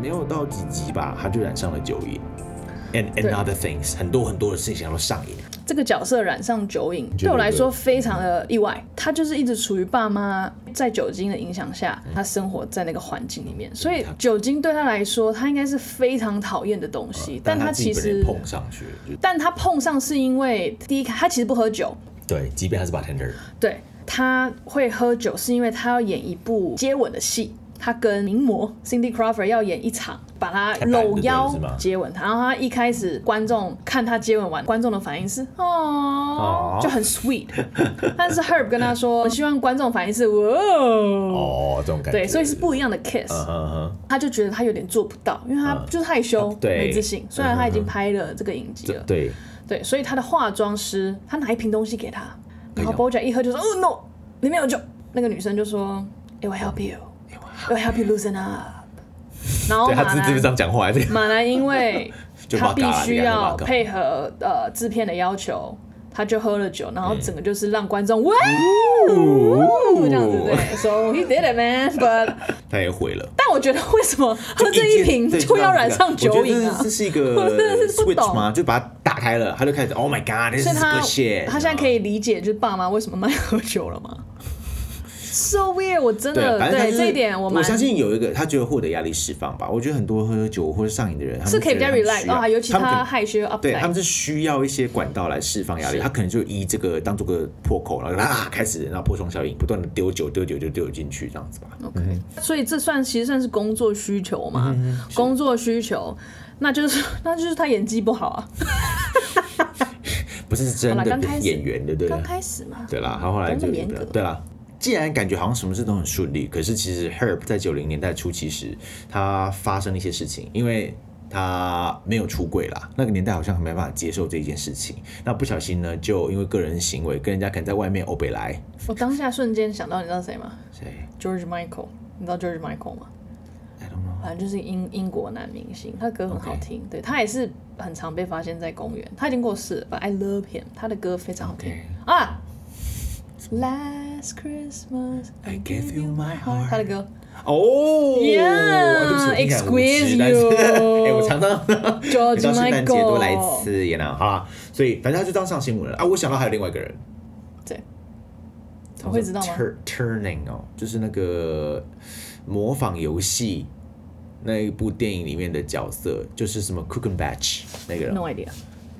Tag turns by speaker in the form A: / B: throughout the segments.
A: 没有到几集吧，他就染上了酒瘾，and and
B: 对
A: other things，很多很多的事情然后上瘾。
B: 这个角色染上酒瘾，
A: 觉得
B: 对我来说非常的意外。他就是一直处于爸妈在酒精的影响下，他生活在那个环境里面，所以酒精对他来说，他应该是非常讨厌的东西。但
A: 啊他
B: 他
A: 自己
B: 其
A: 本人
B: 实，
A: 碰上去了，就
B: 但他碰上是因为第一，他其实不喝酒，
A: 对，即便他是 bartender，
B: 对，他会喝酒是因为他要演一部接吻的戏，他跟名模 Cindy Crawford 要演一场，把他搂腰
A: 是吗
B: 接吻他。然后他一开始观众看他接吻完，观众的反应是哦，就很 sweet。但是 Herb 跟他说，我希望观众反应是哇哦。
A: 哦，这种感觉，
B: 对，所以是不一样的 kiss，、
A: 嗯哼哼，
B: 他就觉得他有点做不到，因为他就是害羞、
A: 对
B: 没自信。虽然他已经拍了这个影集了，
A: 对，
B: 对，所以他的化妆师他拿一瓶东西给他，然后
A: 哎
B: BoJack 一喝就说：“哦 no，里面有酒。”那个女生就说：“It will help you, it will help you loosen up。”然后
A: 对他
B: 马
A: 只是这
B: 来
A: 样讲话，这个
B: 马来因为
A: 就
B: 他
A: 骂
B: 必
A: 嘎啦
B: 须
A: 这个
B: 要
A: 骂嘎
B: 配合呃制片的要求，他就喝了酒，然
A: 嗯
B: 后整个就是让观众哇哦这样子对，So he did it man, but
A: 他也毁了。
B: 但我觉得为什么喝这一
A: 件
B: 瓶
A: 对
B: 就要染上酒瘾
A: 我觉得
B: 啊
A: 这？这是一
B: 我真
A: 个
B: 的是不
A: switch
B: 懂
A: 吗？就把它打开了，他就开始 Oh my God，this
B: 所以
A: is
B: 他
A: good shit。
B: 他现在可以理解就是爸妈为什么卖喝酒了吗？So weird，我真
A: 对啊，
B: 的
A: 反正他
B: 嗯对
A: 就是
B: 这一点我
A: 我
B: 蛮
A: 相信有一个他觉得获得压力释放吧。我觉得很多喝酒或者上瘾的人，他们
B: 是可以比
A: 觉
B: 较
A: 得他们需
B: relax
A: 要
B: 啊，尤其
A: 们可
B: 他
A: 能
B: 害羞 up
A: 对他们
B: t
A: 是需要一些管道来释放压力，他可能就以这个当做个破口，然后啊开始，然后破窗效应，不断的丢酒丢酒丢丢进去这样子吧。
B: OK，所以这算其实算是工作需求嘛，
A: 嗯
B: 工作需求，那就是 那就是他演技不好啊，
A: 不是真
B: 好啦
A: 的
B: 刚开始
A: 演员，对不对？
B: 刚开始嘛，
A: 对啦，他后来
B: 不
A: 就
B: 用那么严格
A: 对啦。既然感觉好像什么事都很顺利，可是其实 Herb 在九零年代初期时，他发生了一些事情，因为他没有出柜啦，那个年代好像很没办法接受这一件事情。那不小心呢，就因为个人行为跟人家可能在外面欧北来，
B: 我当下瞬间想到你知道谁吗
A: 谁
B: ？George Michael，你知道 George Michael 吗？
A: I don't know，
B: 反正就是英英国男明星，他歌很好
A: OK
B: 听对他也是很常被发现在公园。他已经过世了，But I love him，他的歌非常好听
A: OK
B: 啊。Last Christmas
A: I gave you my heart
B: 他的歌
A: 哦
B: Yeah，
A: 对不起我听起来很无
B: excuse
A: 知但是
B: you Oh
A: 哎，我常常每
B: George
A: 到圣诞节都来一
B: Michael，
A: 次，也呢，好啦，所以反正他就当上新闻了啊。我想到还有另外一个人，
B: 对，我会知道吗
A: Tur-？Turning 哦，就是那个模仿游戏那一部电影里面的角色，就是什么 Cook and Batch 那个人
B: ？No idea。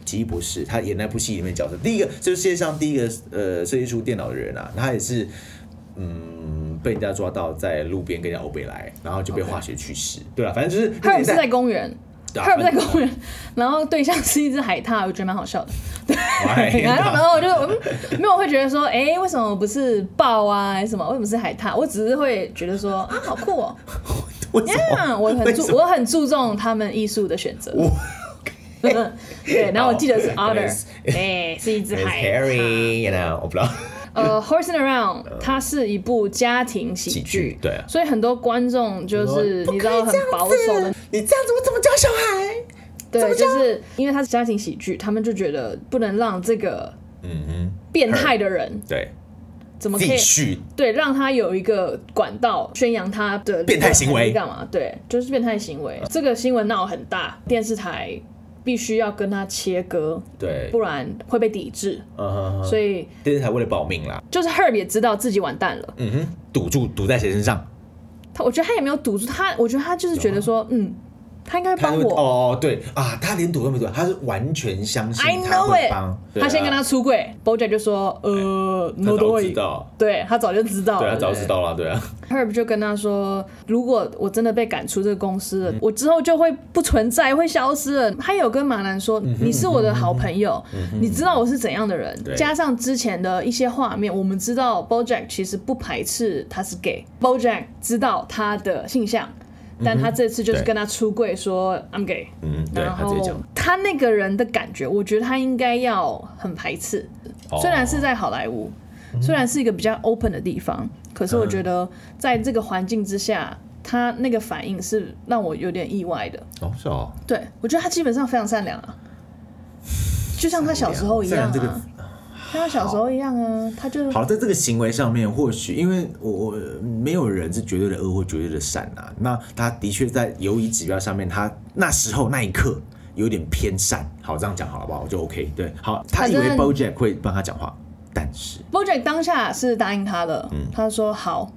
A: 奇异博士，他演那部戏里面的角色，第一个就是世界上第一个呃设计出电脑的人啊，他也是嗯被人家抓到在路边跟人家欧北来，然后就被化学驱使。对了，反正就是那
B: 他不是
A: 个
B: 在
A: 年
B: 公园，
A: 代
B: 他不是在公园，然后对象是一只海獭，我觉得蛮好笑的。
A: 对 啊
B: 然后，
A: 反
B: 然
A: 正
B: 后我就嗯，没有我会觉得说，哎、为什么不是豹啊，还是什么？为什么是海獭？我只是会觉得说，啊，好酷哦、
A: 为 什么？
B: 嗯， 我
A: 为
B: 很
A: 什
B: 注
A: 么
B: 我很注重他们艺术的选择。 对，然后我记得是
A: 好
B: otter，
A: Yes
B: 哎，是一只
A: It's
B: 海獭。
A: Harry，you know，我不知道。
B: 呃，《Horsing Around》它是一部家庭喜
A: 嗯喜剧
B: 剧，
A: 对啊
B: 所以很多观众就是
A: 说
B: 你知道很保守的，
A: 你这样子我怎么教小孩？
B: 对，就是因为它是家庭喜剧，他们就觉得不能让这个
A: 嗯哼，
B: 变态的人
A: 对，
B: 怎么可以
A: 继续
B: 对，让他有一个管道宣扬他的
A: 变态行为
B: 还是干嘛？对，就是变态行为。这个新闻闹很大，电视台必须要跟他切割，
A: 对
B: 不，然会被抵制。
A: 嗯哼哼，
B: 所以
A: 电视台为了保命啦，
B: 就是 Herb 也知道自己完蛋了，
A: 嗯哼，赌注赌在谁身上？
B: 他我觉得他也没有堵住他，我觉得他就是觉得说，嗯，他应该会
A: 他
B: 帮
A: 会
B: 我。
A: 哦，对啊，他连赌都没赌，他是完全相信
B: I
A: 他
B: know
A: 会
B: it，、
A: 帮。对啊
B: 他先跟他出柜，Bojack 就说，呃
A: 他
B: ，No
A: 早
B: way，
A: 知道，
B: 对他早就知道了，
A: 对他早
B: 对
A: 知道了，对啊，
B: Herb 就跟他说：“如果我真的被赶出这个公司
A: 嗯
B: 了，我之后就会不存在，会消失了。”他有跟马兰
A: 嗯
B: 说：“你是我的好朋友，你知道我是怎样的人。
A: 对”
B: 加上之前的一些画面，我们知道 BoJack 其实不排斥他是 gay，BoJack 知道他的性向，但他这次就是
A: 嗯对
B: 跟他出柜说 “I'm gay”，
A: 嗯，对
B: 然
A: 他
B: 后
A: 直接讲，
B: 他那个人的感觉，我觉得他应该要很排斥。
A: 哦
B: 虽然是在好莱坞，虽然是一个比较 open 的地方，可是我觉得在这个环境之下，他那个反应是让我有点意外的。
A: 哦是哦，
B: 对我觉得他基本上非常善良啊，就像他小时候一
A: 虽然
B: 样啊。
A: 这个
B: 跟他小时候一样啊，他就
A: 好，在这个行为上面，或许因为我我没有人是绝对的恶或绝对的善啊，那他的确在游移指标上面，他那时候那一刻有点偏善。好，这样讲好了，不好？就 OK。对，好，他以为
B: 反正
A: BoJack 会帮他讲话，但是
B: BoJack 当下是答应他的，
A: 嗯
B: 他说好。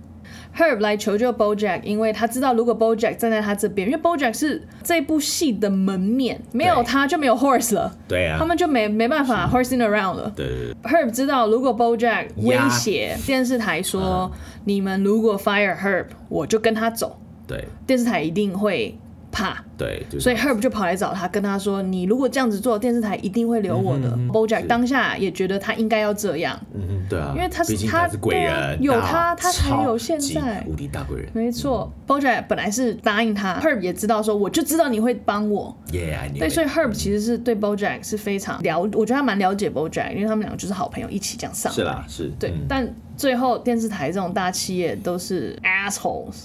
B: Herb 来求救 BoJack，因为他知道如果 BoJack 站在他这边，因为 BoJack 是这部戏的门面，没有
A: 对
B: 他就没有 Horse 了，
A: 对啊
B: 他们就没没办法 horsing around 了。
A: 对对对
B: Herb 知道，如果 BoJack 威
A: 呀
B: 胁电视台说、你们如果 fire Herb，我就跟他走，
A: 对
B: 电视台一定会怕。
A: 对，就是
B: 所以 Herb 就跑来找他，跟他说：“你如果这样子做，电视台一定会留我的。BoJack 当下也觉得他应该要这样，
A: 嗯哼，对啊，
B: 因为他是
A: 毕竟
B: 他
A: 他是鬼
B: 对啊
A: 人，
B: 有
A: 大
B: 他他才
A: 超
B: 有现
A: 级
B: 在
A: 无敌大鬼人。
B: 没错、b o j a c k 本来是答应他，Herb 也知道说，我就知道你会帮我。
A: Yeah, I knew
B: 对，
A: it
B: 所以 Herb 其实是对 BoJack 是非常了，我觉得他蛮了解 BoJack，因为他们两个就是好朋友，一起这样上。
A: 是。啦，是
B: 对、
A: 嗯
B: 但最后电视台这种大企业都是 assholes，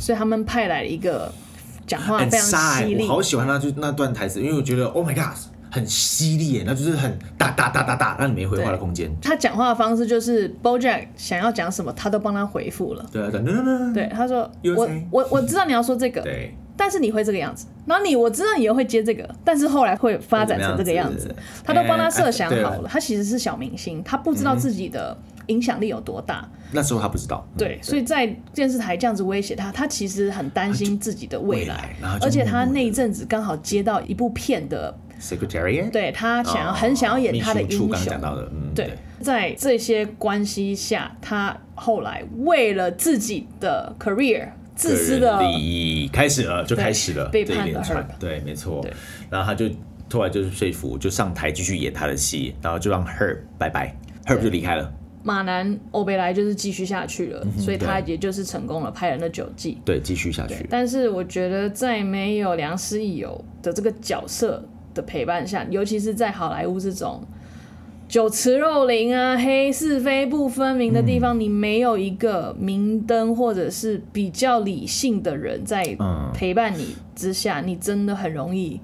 B: 所以他们派来了一个讲话
A: 很
B: 非
A: 杀
B: 常
A: 欸
B: 犀利
A: 我，好喜欢那句那段台词，因为我觉得 Oh my God，很犀利耶，那就是很哒哒哒哒哒，让你没回话的空间。
B: 他讲话的方式就是 BoJack 想要讲什么，他都帮他回复了。
A: 对啊，对啊，对
B: 对，他说
A: You
B: 我
A: say
B: 我我知道你要说这 个，
A: 对，
B: 但是你会这个样子，然后你我知道你也会接这个，但是后来会发展成这个样
A: 怎
B: 子
A: 么样子，
B: 他都帮他设想
A: 哎哎对嗯
B: 好了。他其实是小明星，他不知道自己的影响力有多大，
A: 那时候他不知道，嗯
B: 对，所以在电视台这样子威胁他，他其实很担心自己的未
A: 未
B: 来
A: 来然后，就
B: 而且他
A: 默默地
B: 那一阵子刚好接到一部片的，
A: Secretariat，
B: 对他
A: 哦，
B: 想要很想要演他的
A: 秘
B: 英
A: 书处刚刚讲
B: 雄。
A: 到的，嗯，
B: 对，在这些关系下，他后来为了自己的 career 自私的
A: 个人利益开始了，就开始了
B: 对
A: 这
B: 背
A: 一
B: 叛
A: 连
B: 了
A: 串
B: Herb，
A: 对，没错
B: 对。
A: 然后他就突然就是说服，就上台继续演他的戏，然后就让 Herb 拜拜，Herb 就离开了。
B: 马南欧贝莱就是继续下去了，所以他
A: 嗯对
B: 也就是成功了，拍了那九季。
A: 对，继续下去。
B: 但是我觉得在没有良师益友的这个角色的陪伴下，尤其是在好莱坞这种酒池肉林啊、黑是非不分明的地方，你没有一个明灯或者是比较理性的人在
A: 嗯
B: 陪伴你之下，你真的很容易。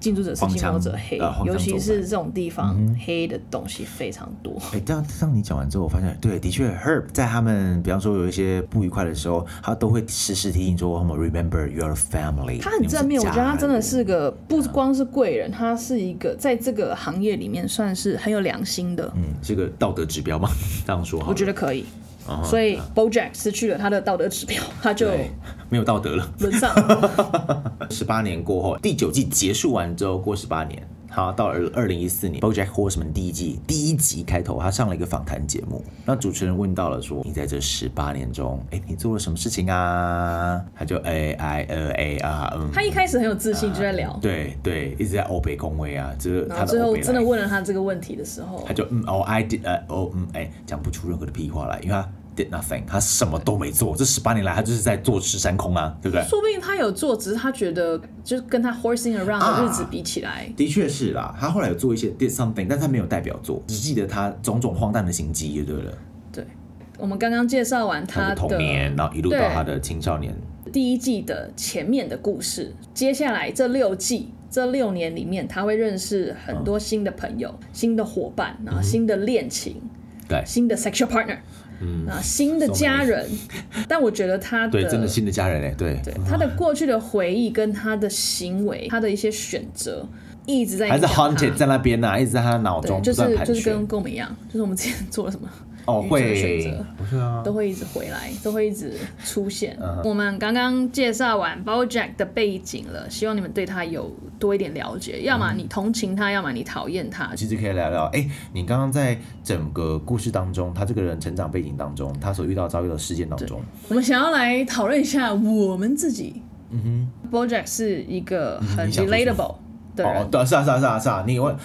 B: 近朱者赤，
A: 荒
B: 近墨
A: 腔
B: 者黑，
A: 呃荒
B: 尤
A: 腔
B: 其
A: 走嗯
B: 是
A: 板
B: 这种地方，黑的东西非常多。
A: 哎，这样让你讲完之后，我发现，对，的确，Herb 在他们，比方说有一些不愉快的时候，他都会时时提醒说，我们 remember your family。
B: 他很正面，我觉得他真的
A: 你
B: 是个不光是贵人，他是一个在这个行业里面算是很有良心的，
A: 们是家人，嗯，是个道德指标吗？ 这样说好了，
B: 我觉得可以。
A: 啊哈
B: 所以 BoJack 失去了他的道德指标，他就
A: 对，没有道德了。
B: 沦 丧了。
A: 十八年过后，第九季结束完之后，过十八年，好，到了二零一四年，《BoJack Horseman》第一季第一集开头，他上了一个访谈节目，那主持人问到了说：“你在这十八年中，哎，你做了什么事情啊？”他就 A I L A R 嗯。
B: 他一开始很有自信，就在聊，
A: 对对，一直在欧北恭维啊，这是
B: 哦然
A: 啊他
B: 后最
A: 的欧
B: 后
A: 北
B: 真的
A: 来，
B: 问了他这个问题的时候
A: 他，就嗯哦，I did 呃哦嗯哎，讲不出任何的屁话来，因为他 did nothing，他什么都没做，这十八年来他就是在坐吃山空啊，对不对？
B: 说不定他有做，只是他觉得就是跟他 horsing around 的日子比起来，
A: 的确是啦，他后来有做一些 did something，但是他没有代表作，只记得他种种荒诞的行迹就对了。
B: 对。我们刚刚介绍完
A: 他
B: 他
A: 的童
B: 的
A: 年，然后一路到他的青少年，
B: 第一季的前面的故事，接下来这六季。这六年里面，他会认识很多新的朋友、新的伙伴，然后新的恋情、
A: 嗯对
B: 新的 sexual partner，嗯，然后新的家人。 但我觉得他的
A: 对，真的新的家人嘞，对，
B: 对他的过去的回忆跟他的行为，他的一些选择，一直在
A: 还是
B: 影响他
A: haunted 在那边啊呐、一直在他的脑
B: 对，
A: 中
B: 就
A: 不断
B: 是
A: 盘
B: 就是
A: 旋。
B: 跟跟我们一样，就是我们之前做了什么。
A: 哦，
B: 选
A: 会
B: 择，
A: 啊
B: 都会一直回来，都会一直出现。
A: 嗯
B: 我们刚刚介绍完 BoJack 的背景了，希望你们对他有多一点了
A: 嗯
B: 解。要么你同情他，要么你讨厌他。
A: 其实可以聊聊，哎、你刚刚在整个故事当中，他这个人成长背景当中，他所遇到遭遇的事件当中，
B: 我们想要来讨论一下我们自己。嗯哼，BoJack 是一个很
A: 嗯你想说什
B: relatable 的人，
A: 哦，对，是啊，是啊，是啊，是啊，你问，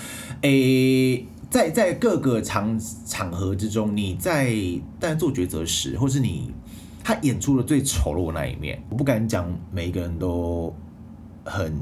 A: 诶、在在各个场场合之中，你在在做抉择时，或是你他演出了最丑陋的那一面，我不敢讲每一个人都很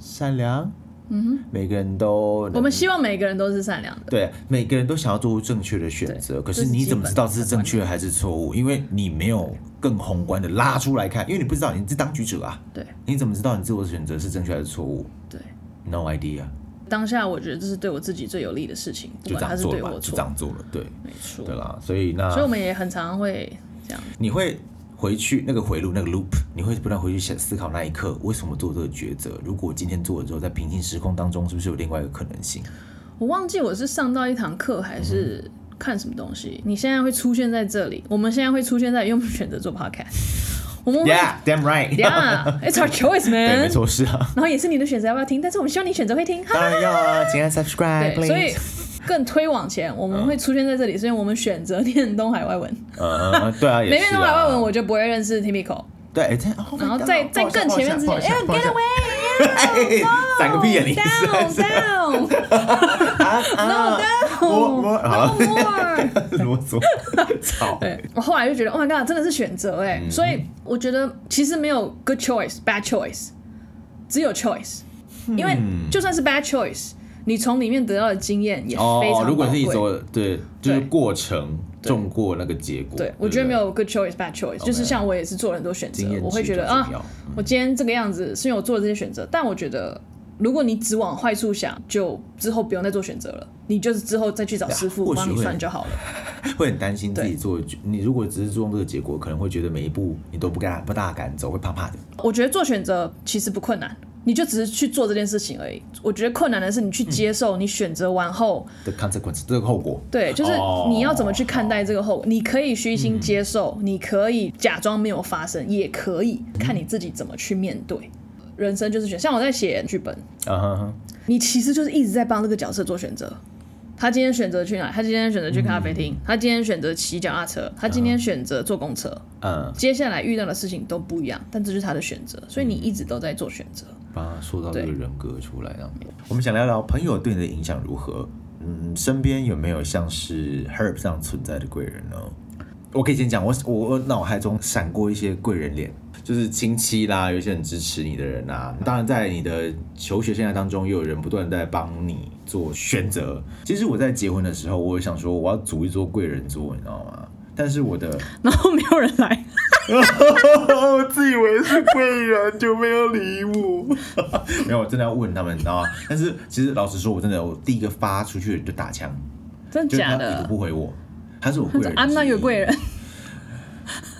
A: 善良，嗯，每个人都
B: 我
A: 能
B: 们希望每个人都是善良的。
A: 对，每个人都想要做出正确的选择，可是
B: 这是
A: 你
B: 基
A: 怎么
B: 本
A: 知道
B: 的
A: 这是正确还是错误？因为你没有更宏观的拉出来看，因为你不知道你是当局者啊，
B: 对
A: 你怎么知道你自我选择是正确还是错误
B: 对，
A: ？No idea。
B: 当下我觉得这是对我自己最有利的事情，不
A: 就
B: 管
A: 这
B: 他
A: 样
B: 是
A: 做
B: 对
A: 了吧，就
B: 我错
A: 这，样做了，对
B: 没错。
A: 对啦，所以那
B: 所以我们也很常会这样。
A: 你会回去那个回路那个 loop，你会不断回去想思考那一刻为什么做这个抉择？如果我今天做了之后，在平行时空当中，是不是有另外一个可能性？
B: 我忘记我是上到一堂课还是看什么东西。你现在会出现在这里，我们现在会出现在，因为我们选择做 podcast，我们会
A: Yeah, damn right.
B: Yeah，it's our choice,
A: 对，没
B: man。
A: 错，是 啊，
B: 然后也是你的选择要不要听，但是我们希望你选择会听。哈
A: 当然要啊，请按 subscribe,
B: 对，所以
A: please。
B: 更推往前，我们会出现在这里，是因为我们选择念东海外文。
A: 呃，对啊，也
B: 没
A: 是
B: 念
A: 啊
B: 东海外文，我就不会认识 Timiko。
A: 对，哎这样哦
B: 然后
A: 不好
B: 再
A: 意思
B: 再
A: 不好意思
B: 更前面之
A: 不
B: 前，
A: 好意思
B: 哎
A: 不好意思
B: ，get
A: 不好
B: away！
A: 意思哎闪个屁啊 你！啊
B: down down no down
A: 我 我
B: no
A: 好
B: more。
A: 啰嗦，操，
B: 对，我后来就觉得，Oh my god，真的是选择哎、
A: 嗯
B: 所以我觉得其实没有 good choice、bad choice，只有 choice，因
A: 嗯
B: 为就算是 bad choice，你从里面得到的经验也非常宝
A: 哦，
B: 贵。
A: 如果是一种对，就是
B: 对
A: 过程重过那个结果。
B: 对
A: 不，
B: 我觉得没有 good choice bad choice，就是像我也是做了很多选择
A: 经验，
B: 我会
A: 值
B: 觉
A: 得
B: 得
A: 重
B: 啊
A: 要，嗯
B: 我今天这个样子是因为我做了这些选择，但我觉得如果你只往坏处想，就之后不用再做选择了，你就是之后再去找师傅
A: 啊或许
B: 帮你
A: 会
B: 算就好了。
A: 会很担心自己
B: 对
A: 做的决。你如果只是注重这个结果，可能会觉得每一步你都不敢不大敢走，会怕怕的。
B: 我觉得做选择其实不困难，你就只是去做这件事情而已。我觉得困难的是你去接受你选择完后，
A: 的 consequence 这个后果。
B: 对，就是
A: 哦
B: 你要怎么去看待这个后果。你可以虚心接受，你可以假装没有发生，也可以看你自己怎么去面对。人生就是选，像我在写剧本，
A: 啊哈哈，
B: 你其实就是一直在帮这个角色做选择。他今天选择去哪？他今天选择去咖啡厅，他今天选择骑脚踏车，他今天选择坐公车。
A: 嗯，
B: 接下来遇到的事情都不一样，但这是他的选择，所以你一直都在做选择。
A: 把它塑造这
B: 对
A: 个人格出来，这样。我们想聊聊朋友对你的影响如何？嗯，身边有没有像是 Herb 这样存在的贵人呢？我可以先讲，我我我脑海中闪过一些贵人脸，就是亲戚啦，有一些很支持你的人啊。当然，在你的求学生涯当中，也有人不断地在帮你做选择。其实我在结婚的时候，我也想说我要组一桌贵人桌，你知道吗？但是我的
B: 然后没有人来，
A: 哦我自以为是贵人，就没有理我。 没有，我真的要问他们，你知道吗？但是其实老实说，我真的我第一个发出去就打枪，
B: 真
A: 就
B: 的
A: 是他
B: 假
A: 一个
B: 的
A: 不回我，他是我贵人。
B: ？I'm not your 贵。人，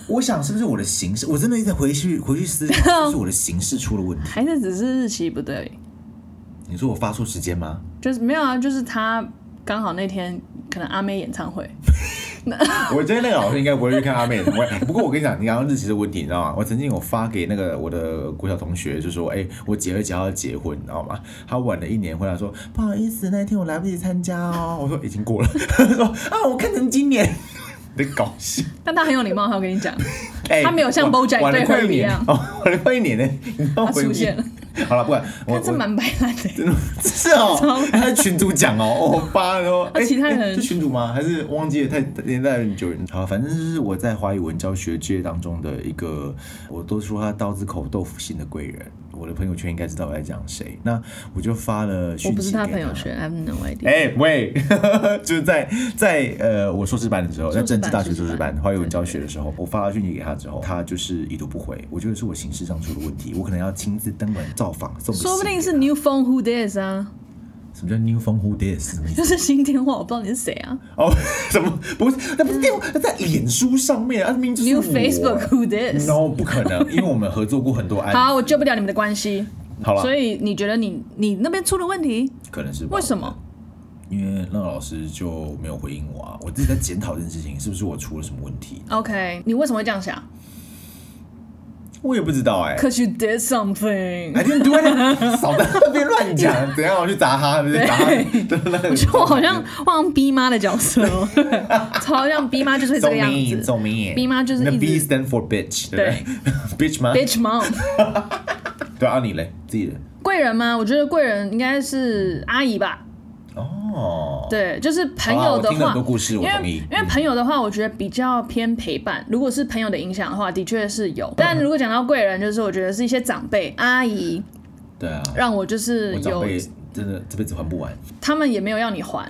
A: 我想是不是我的形式？我真的一直回去回去思考，是不 是我的形式出了问题？
B: 还是只是日期不对？
A: 你说我发错时间吗？
B: 就是没有啊，就是他刚好那天可能阿妹演唱会，
A: 我觉得那个老师应该不会去看阿妹 的。不过我跟你讲，你刚刚日期的问题，你知道吗？我曾经有发给那个我的国小同学，就说：“哎、我姐儿姐要结婚，你知道吗？”她晚了一年回来说：“不好意思，那天我来不及参加哦。” 我说：“已经过了。” 她说：“啊，我看成今年。” 你在搞笑。
B: 但他很有礼貌，他有跟你讲，
A: 哎
B: 他没有像
A: 晚
B: BoJack
A: 晚了
B: 对
A: 快一
B: Herbie 一
A: 年
B: 样
A: 哦，晚了快一年呢。你知道
B: 他出现了。
A: 好了，不管我
B: 他
A: 我
B: 这蛮白烂的。
A: 是 哦，还在群主讲哦，我发的哦。
B: 那啊其他人
A: 哎哎是群主吗？还是忘记了太年代很久远？好，反正就是我在华语文教学界当中的一个，我都说他刀子口豆腐心的贵人。我的朋友圈应该知道我在讲谁。那我就发了
B: 我
A: 讯息
B: 不是他
A: 给
B: 朋友圈，I have no idea。
A: 哎、喂， 就是在在呃，我硕士班的时候，在
B: 硕士
A: 政
B: 班
A: 治大学
B: 硕
A: 硕
B: 士
A: 士
B: 班
A: 班华语文教学的时候，我发了讯息给他之后，他就是已读不回。我觉得是我形式上出了问题，我可能要亲自登门造访，送个
B: 说不
A: 信
B: 定
A: 给
B: 是
A: 他
B: New Phone Who Dis 啊，
A: 什么叫 new phone who this？什么意思
B: 就是新电话，我不知道你是谁啊。
A: 哦，怎么不是？那不是电话，那在脸书上面啊，明明就是
B: New
A: 我
B: Facebook Who Dis？
A: No，不可能，因为我们合作过很多案。
B: 好，我救不了你们的关系。
A: 好了，
B: 所以你觉得你你那边出了问题？
A: 可能是吧
B: 为什么？？
A: 因为那个老师就没有回应我啊，我自己在检讨这件事情，是不是我出了什么问题？
B: OK，你为什么会这样想
A: 我也不知道哎、
B: ？Cause you did something。
A: I didn't do anything，少在那边乱讲，怎样？我去砸他，不是砸他？对那个
B: 我好像我好像逼妈的角 色哦，超像逼妈就是会这
A: so
B: 个样
A: mean，so
B: 子
A: mean。
B: B 妈就是
A: The
B: 一直
A: B stand for bitch，对不对？bitch 吗？
B: ，bitch mom。
A: 对啊，你嘞，自己人
B: 贵人吗？我觉得贵人应该是阿姨吧。
A: 哦。
B: 对，就是朋
A: 好啦
B: 友
A: 我
B: 的
A: 听了
B: 话，
A: 很多故事，
B: 因
A: 我同
B: 为
A: 意。嗯
B: 因为朋友的话，我觉得比较偏陪伴。如果是朋友的影响的话，的确是
A: 嗯
B: 有。但如果讲到贵人，就是我觉得是一些长辈、阿姨，
A: 对啊，
B: 让我就是
A: 我长
B: 有，嗯
A: 辈真的这辈子还不完，
B: 他们也没有要你还，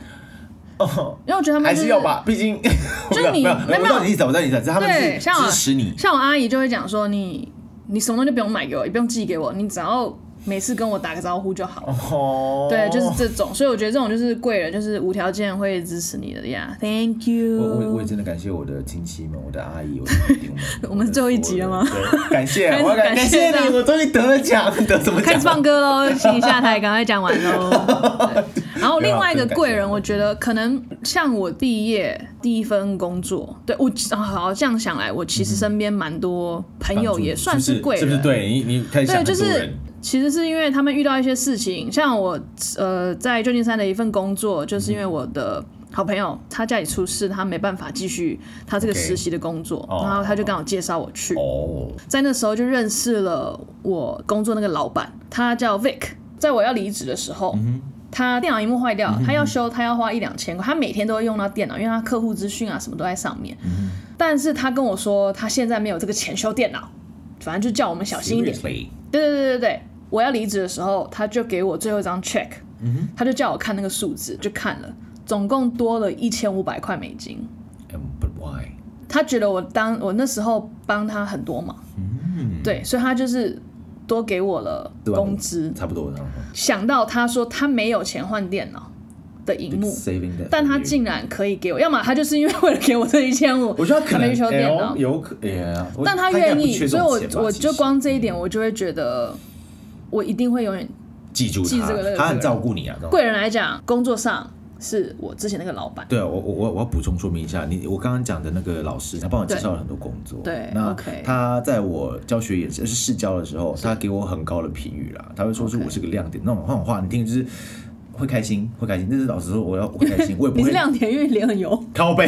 A: 哦，
B: 因为我觉得他们、
A: 还
B: 就是
A: 要吧，毕竟没
B: 是
A: 有
B: 你
A: 没有，
B: 没
A: 我知
B: 有
A: 道你意思，啊我知道你意思，是他们
B: 对，
A: 是
B: 像我啊
A: 支持你，
B: 像我阿姨就会讲说你，你什么东西都不用买给我，也不用寄给我，你只要没事跟我打个招呼就好了。
A: 哦，
B: 对，就是这种，所以我觉得这种就是贵人，就是无条件会支持你的呀。Thank
A: 我我
B: you
A: 我。也真的感谢我的亲戚们，我的阿姨，我的弟弟们
B: 我们最后一集了
A: 我
B: 吗？
A: 的所有人对，感谢，
B: 开始
A: 我要感
B: 感
A: 感
B: 谢
A: 谢
B: 到
A: 你，我终于得了奖， 得什么
B: 开
A: 奖
B: 始？放歌 喽，请你下台，赶快讲完喽。对然后另外一个贵
A: 没有啊真的感谢
B: 人，我觉得可能像我毕业第一份工作，对我啊好这样想来，我其实身边蛮多朋友也算
A: 嗯是
B: 贵人，
A: 不是？对你，你开始想
B: 对，
A: 很
B: 就
A: 多
B: 是
A: 人，
B: 其实是因为他们遇到一些事情，像我呃在旧金山的一份工作，就是因为我的好朋友他家里出事，他没办法继续他这个
A: OK
B: 实习的工作
A: 哦
B: 然后他就刚好介绍我去
A: 哦，
B: 在那时候就认识了我工作那个老板，他叫 Vic，在我要离职的时候。
A: 嗯
B: 他电脑荧幕坏掉了，他要修，他要花一两千块，他每天都会用到电脑，因为他客户资讯啊什么都在上面。
A: 嗯
B: 但是他跟我说，他现在没有这个钱修电脑，反正就叫我们小心一点。
A: Seriously？
B: 对对对对对，我要离职的时候，他就给我最后一张 check，、他
A: 嗯
B: 就叫我看那个数字，就看了，总共多了一千五百块美金。
A: 嗯，But why？
B: 他觉得我当我那时候帮他很多忙，对，所以他就是多给我了工资。
A: 差不嗯多，然后
B: 想到他说他没有钱换电脑的荧幕，
A: saving that，
B: 但他
A: for you
B: 竟然可以给我，要么他就是因为为了给我这一千五，
A: 我觉得他可
B: 没
A: 能
B: 去修电脑
A: L，有可，哎呀我
B: 但他
A: 应该
B: 愿
A: 不
B: 意，
A: 缺这
B: 所以
A: 种
B: 我
A: 钱吧
B: 我
A: 其
B: 就
A: 实
B: 光这一点，我就会觉得我一定会永远
A: 记住
B: 记这
A: 他
B: 个这个，
A: 他
B: 这
A: 很
B: 个
A: 照顾你啊，这种
B: 贵人来讲，工作上是我之前那个老板，
A: 对啊，我我我我要补充说明一下，你我刚刚讲的那个老师，他帮我介绍了很多工作。
B: 对
A: 那
B: OK
A: 他在我教学也是试教的时候，他给我很高的评语啦，他会说是我是个亮点，那种那种话你听就是会开心，会开心。但是老师说我要我会开心，我也不
B: 你是
A: 会
B: 亮点，因为脸 很油，
A: 靠背，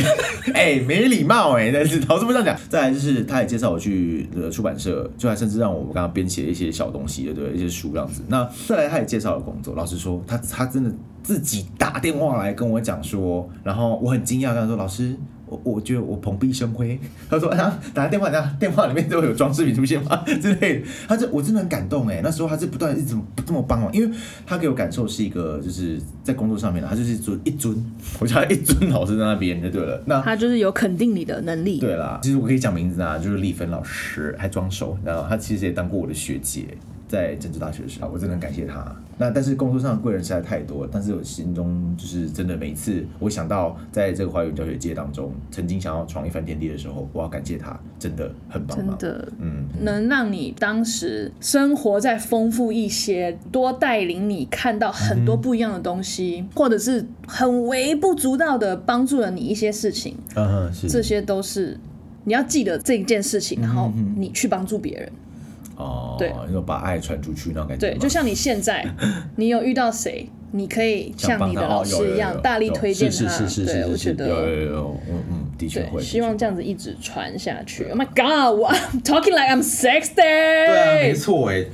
A: 哎、没礼貌哎、但是老师不这样讲。再来就是，他也介绍我去呃出版社，就还甚至让我们刚刚编写一些小东西，对不对？一些书这样子。那再来，他也介绍了工作。老师说，他他真的自己打电话来跟我讲说，然后我很惊讶，跟他说，老师。我我觉得我蓬荜生辉。 他说啊，打电话，打电话里面都有装饰品出现吗 之类的。他这我真的很感动哎，那时候他是不断一直这么帮忙，因为他给我感受是一个就是在工作上面的，他就是一尊一尊，我叫他一尊老师在那边就对了。那
B: 他就是有肯定你的能力。
A: 对啦，其实我可以讲名字啊，就是丽芬老师，还装熟，然后她其实也当过我的学姐，在政治大学的时候，我真的很感谢她。那但是工作上的贵人实在太多了，但是我心中就是真的每次我想到在这个华语教学界当中，曾经想要闯一番天地的时候，我要感谢她，真的很帮
B: 真
A: 忙。
B: 的
A: 嗯，
B: 能让你当时生活再丰富一些，多带领你看到很多不一样的东
A: 嗯
B: 西，或者是很微不足道的帮助了你一些事情，
A: 嗯哼，是
B: 这些都是你要记得这一件事
A: 嗯
B: 情，然后你去帮助别人。
A: 哦，
B: 对，
A: 因为把爱传出去那种感觉吗。
B: 对，就像你 现在，你有遇到谁，你可以
A: 想
B: 像
A: 帮
B: 你
A: 她
B: 的
A: 哦
B: 老
A: 有有
B: 师一
A: 有
B: 样
A: 有
B: 大力
A: 有
B: 推荐
A: 是
B: 他。
A: 是是是
B: 对，
A: 是
B: 我
A: 是有
B: 觉
A: 有
B: 得。
A: 有有，嗯嗯，的确
B: 对，
A: 会，的
B: 希
A: 确
B: 望
A: 会
B: 这样子一直传下去。Oh my god, what- I'm talking like I'm sexy.
A: 啊
B: 对
A: 对啊，没错哎，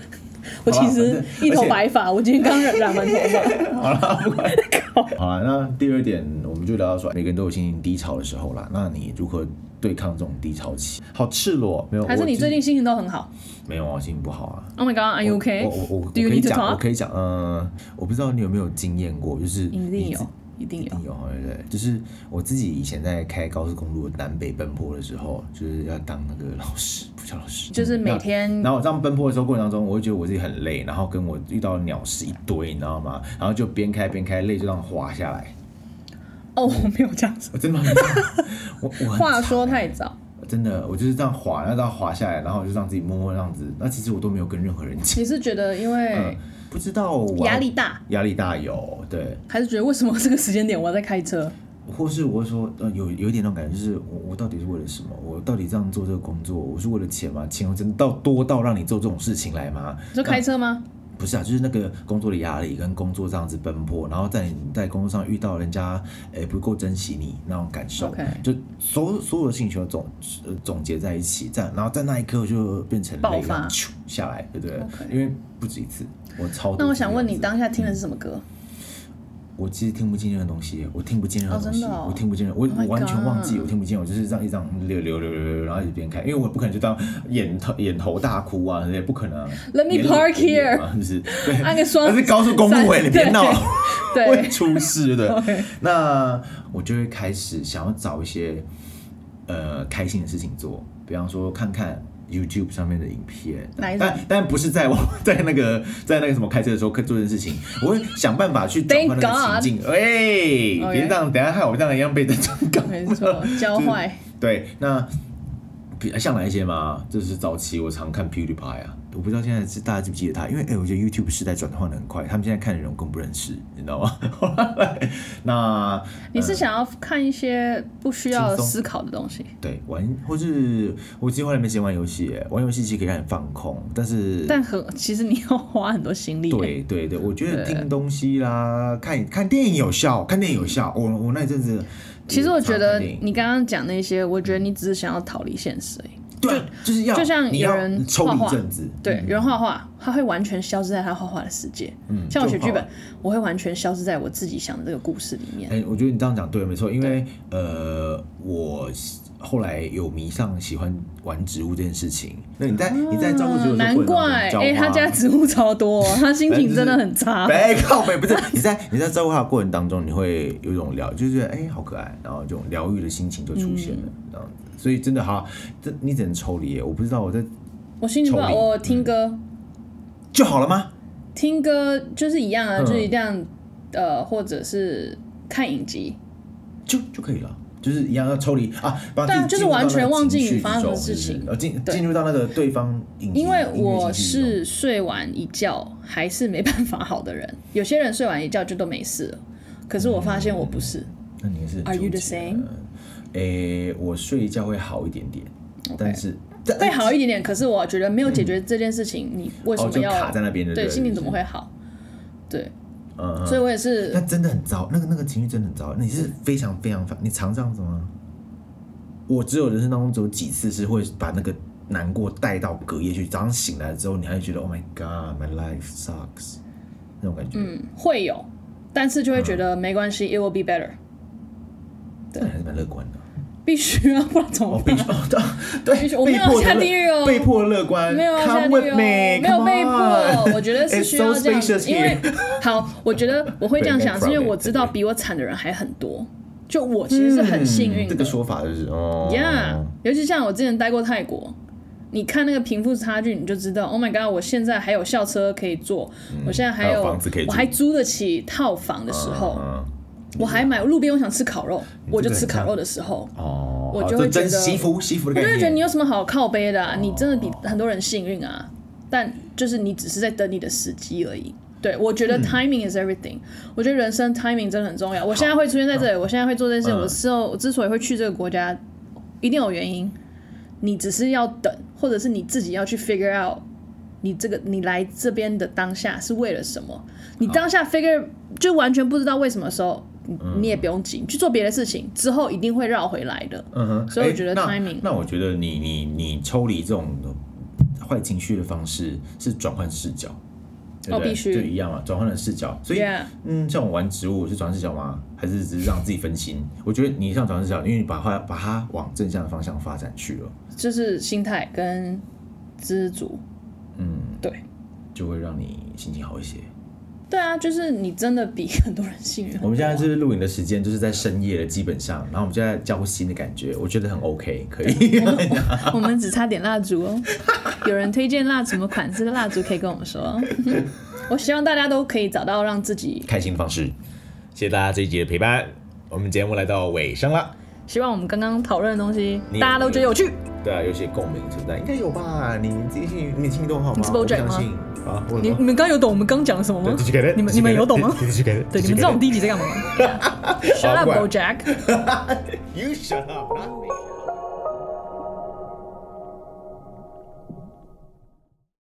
B: 我其实
A: 好啦反正
B: 一头
A: 而且
B: 白发，我今天刚染染完头发。
A: 好了，不管。 好了，那第二点，我们就聊到说，每个人都有心情低潮的时候啦。那你如何对抗这种低潮期？好赤裸，没有？
B: 还 是
A: 我
B: 你
A: 就
B: 最近心情都很好
A: 没有啊？心情不好啊。
B: ？Oh my god, are you
A: 我我我我
B: okay?
A: 可
B: Do you need
A: 以
B: to
A: 讲，我
B: talk?
A: 可以讲，嗯，我不知道你有没有经验过，就是
B: 一
A: 你
B: 定
A: 自
B: 有，一定
A: 一
B: 有
A: 定。有，对不对？就是我自己以前在开高速公路南北奔波的时候，就是要当那个老师，不叫老师，
B: 就是每
A: 那
B: 天
A: 嗯然后我这样奔波的时候过程当中，我会觉得我自己很累，然后跟我遇到的鸟事一堆，你知道吗？然后就边开边开，泪就这样滑下来。
B: 哦，我没有这样子。
A: 我真的很惨，我我很
B: 话
A: 惨欸
B: 说太早，
A: 真的，我就是这样滑，然后这样滑下来，然后我就让自己摸摸这样子。那其实我都没有跟任何人讲，
B: 你是觉得因
A: 嗯
B: 为
A: 不知道我要
B: 压力大，
A: 压力大有对，
B: 还是觉得为什么这个时间点我要在开车？
A: 嗯或是我会说呃有有一点那种感觉，就是我我到底是为了什么？我到底这样做这个工作，我是为了钱吗？钱真的到多到让你做这种事情来吗？
B: 你说开车吗？
A: 不是啊，就是那个工作的压力跟工作这样子奔波，然后在你在工作上遇到人家诶、不够珍惜你那种感受
B: OK
A: 就所有所有的事情全部总呃总结在一起，这样，然后在那一刻就变成
B: 爆
A: 泪
B: 发
A: 浪咻下来，对不对
B: OK
A: 因为不止一次，我超多
B: 那我想
A: 次
B: 问你，
A: 这样
B: 当下听的是什么歌？
A: 子，我其实听不进任何东西，我听不见任何
B: 哦
A: 东西，
B: 真的哦
A: 我听不见，我、
B: Oh my
A: 我完全忘记
B: God
A: 我听不见，我就是这样一张流流流流流，然后一边看，因为我不可能就当眼头眼头大哭啊，也不可能啊、
B: Let me
A: 眼泪
B: park
A: 眼泪
B: here
A: 嘛是啊不是？对，
B: 按个双
A: 那是高速公路哎、
B: 闪
A: 你别闹了，
B: 对
A: 会出事 的
B: OK。
A: 那我就会开始想要找一些呃开心的事情做，比方说看看 YouTube 上面的影片，
B: 哪一种
A: 但但不是在我 在那个在那个什么开车的时候做这件事情，我会想办法去转换
B: Thank
A: 那个
B: God
A: 情境。喂，
B: OK
A: 别这样，等一下害我这样一样被人家转岗。
B: 没错，教坏。
A: 对，那比像哪一些嘛？就是早期我常看 PewDiePie 啊，我不知道现在是大家记不记得他，因为哎、我觉得 YouTube 时代转换的很快，他们现在看的人我更不认识，你知道吗？ 那
B: 你是想要看一些不需要
A: 轻松
B: 思考的东西，
A: 对玩，或是我其实后来没时间玩游戏耶，玩游戏其实可以让你放空，但是
B: 但很其实你要花很多心力。，
A: 对对对，我觉得听东西啦，看看电影有效，看电影有效。我我那一阵子，
B: 其实我觉
A: 常看
B: 得
A: 电影
B: 你刚刚讲那些，我觉得你只是想要逃离现实而已。
A: 对啊，就是要
B: 就像
A: 你要
B: 有人
A: 抽
B: 画
A: 离
B: 画
A: 阵子，嗯
B: 对，有人画画，他会完全消失在他画画的世界。嗯，像我写剧
A: 就画啊
B: 本，我会完全消失在我自己想的这个故事里面。
A: 哎、我觉得你这样讲对，没错，因为呃，我后来有迷上喜欢玩植物这件事情。那你在、你在照顾植物的时
B: 啊难
A: 候会有那种
B: 怪，
A: 浇花哎
B: 哎、他家植物超多、 他心情真的很差。
A: 没靠北， 不是你在你在照顾它的过程当中，你会有一种疗，就是觉得哎、好可爱，然后这种疗愈的心情就出现了，
B: 嗯
A: 这样子。所以真的哈，这你只能抽离耶，我不知道我在
B: 我心情不好，
A: 抽离
B: 我听歌，
A: 嗯就好了吗？
B: 听歌就是一样啊，
A: 嗯
B: 就是一样，呃，或者是看影集，
A: 就就可以了。就是一样要抽离啊，把自
B: 对啊
A: 己
B: 就是
A: 进入到
B: 完全
A: 那个
B: 忘记
A: 情绪
B: 你发生
A: 之
B: 什么
A: 中
B: 事
A: 是不是
B: 情
A: 呃，进
B: 对
A: 进入到那个对方影集
B: 因为
A: 音乐情
B: 我
A: 绪之中
B: 是睡完一觉还是没办法好的人，有些人睡完一觉就都没事了，可是我发现我不是，
A: 那你是很
B: Are you
A: 纠
B: the
A: 结
B: same？
A: 的诶、我睡一觉会好一点点但是但
B: 会好一点点，可是我觉得没有解决这件事情，你为什
A: 哦，
B: 么
A: 就
B: 要
A: 卡在那边的，
B: 对
A: 不
B: 心情怎么？会好？对，
A: 嗯，嗯
B: 所以我也是
A: 那真的很糟，那个那个情绪真的很糟。你是非常非常，你常这样子吗？我只有人生当中只有几次是会把那个难过带到隔夜去，早上醒来之后，你还会觉得 Oh my God, my life sucks 那种感觉，
B: 嗯会有，但是就会觉得没关系，it will be better，
A: 但还是蛮乐观的。
B: 必须啊，不然怎么
A: 哦，
B: 办？
A: 必须， 对
B: 必 须，我没
A: 被
B: 有
A: 迫的
B: 下
A: 乐
B: 地狱哦
A: 被迫乐观，
B: 没有要下
A: Come
B: 地
A: with
B: 狱哦，
A: me,
B: 没有被
A: come
B: 迫，
A: on
B: 我觉得
A: It's
B: 是需要
A: so
B: 这样子
A: spacious，
B: 因为
A: here
B: 好，我觉得我会这样想，
A: 对
B: 是因为
A: no problem，
B: 我知道
A: 对
B: 比我惨的人还很多，就我其实是很幸运
A: 嗯
B: 的
A: 这个说法就是哦
B: 呀。Yeah，尤其像我之前待过泰国。你看那个贫富差距，你就知道。Oh my god！我现在还有校车可以坐，我现在
A: 嗯
B: 还
A: 还有房子可以住
B: 我还租得起套房的时候，
A: 嗯
B: 我还买路边我想吃烤肉，我就
A: 这个
B: 吃
A: 很
B: 烤
A: 像
B: 肉的时候，
A: 哦，
B: 我
A: 好
B: 就
A: 这
B: 会
A: 真
B: 觉得
A: 惜福惜福的概
B: 我就
A: 念，
B: 会觉得你有什么好靠背的、啊？你真的比很多人幸运啊，但就是你只是在等你的时机而已。对，我
A: 嗯
B: 觉得 timing is everything、我觉得人生 timing 真的很重要。我现在会出现在这里，我现在会做这些，
A: 嗯
B: 我之后我之所以会去这个国家，一定有原因。你只是要等，或者是你自己要去 figure out 你这个你来这边的当下是为了什么？你当下 figure 就完全不知道为什么的时候，你
A: 嗯
B: 你也不用急，你去做别的事情，之后一定会绕回来的。
A: 嗯哼，
B: 所以我
A: 哎
B: 觉得
A: 那
B: timing
A: 那我觉得你你你抽离这种坏情绪的方式是转换视角，对不
B: 哦
A: 对
B: 必须
A: 就一样嘛，转换了视角。所以
B: Yeah
A: 嗯，像我玩植物是转换视角吗？还是只是让自己分心？我觉得你像转换视角，因为你把它把它往正向的方向发展去了，
B: 就是心态跟知足。
A: 嗯，
B: 对，
A: 就会让你心情好一些。
B: 对啊，就是你真的比很多人幸运。
A: 我们现在就是录影的时间，就是在深夜了，基本上，然后我们就在交互新的感觉，我觉得很 OK，可以。
B: 我们只差点蜡烛哦。有人推荐蜡什么款式的蜡烛，可以跟我们说 哦。我希望大家都可以找到让自己，
A: 开心的方式。 谢谢大家这一集的陪伴，我们节目来到尾声了。
B: 希望我们刚刚讨论的东西
A: 你，有
B: 大家都觉得有趣。
A: 对啊，有些共鸣存在，应该有吧？你自己心里你心里都很好吗？
B: 你是 BoJack
A: 我不相信啊，我
B: 你你们刚有懂我们刚讲什么吗
A: 继？续给的，
B: 你们
A: 继续给
B: 你们
A: 的
B: 有 懂吗
A: 继续给的，
B: 对，
A: 继
B: 你
A: 续
B: 们
A: 给
B: 知
A: 的
B: 道我 们第一集在干嘛吗？Shut up,
A: 好怪
B: BoJack。
A: You shut up. not me.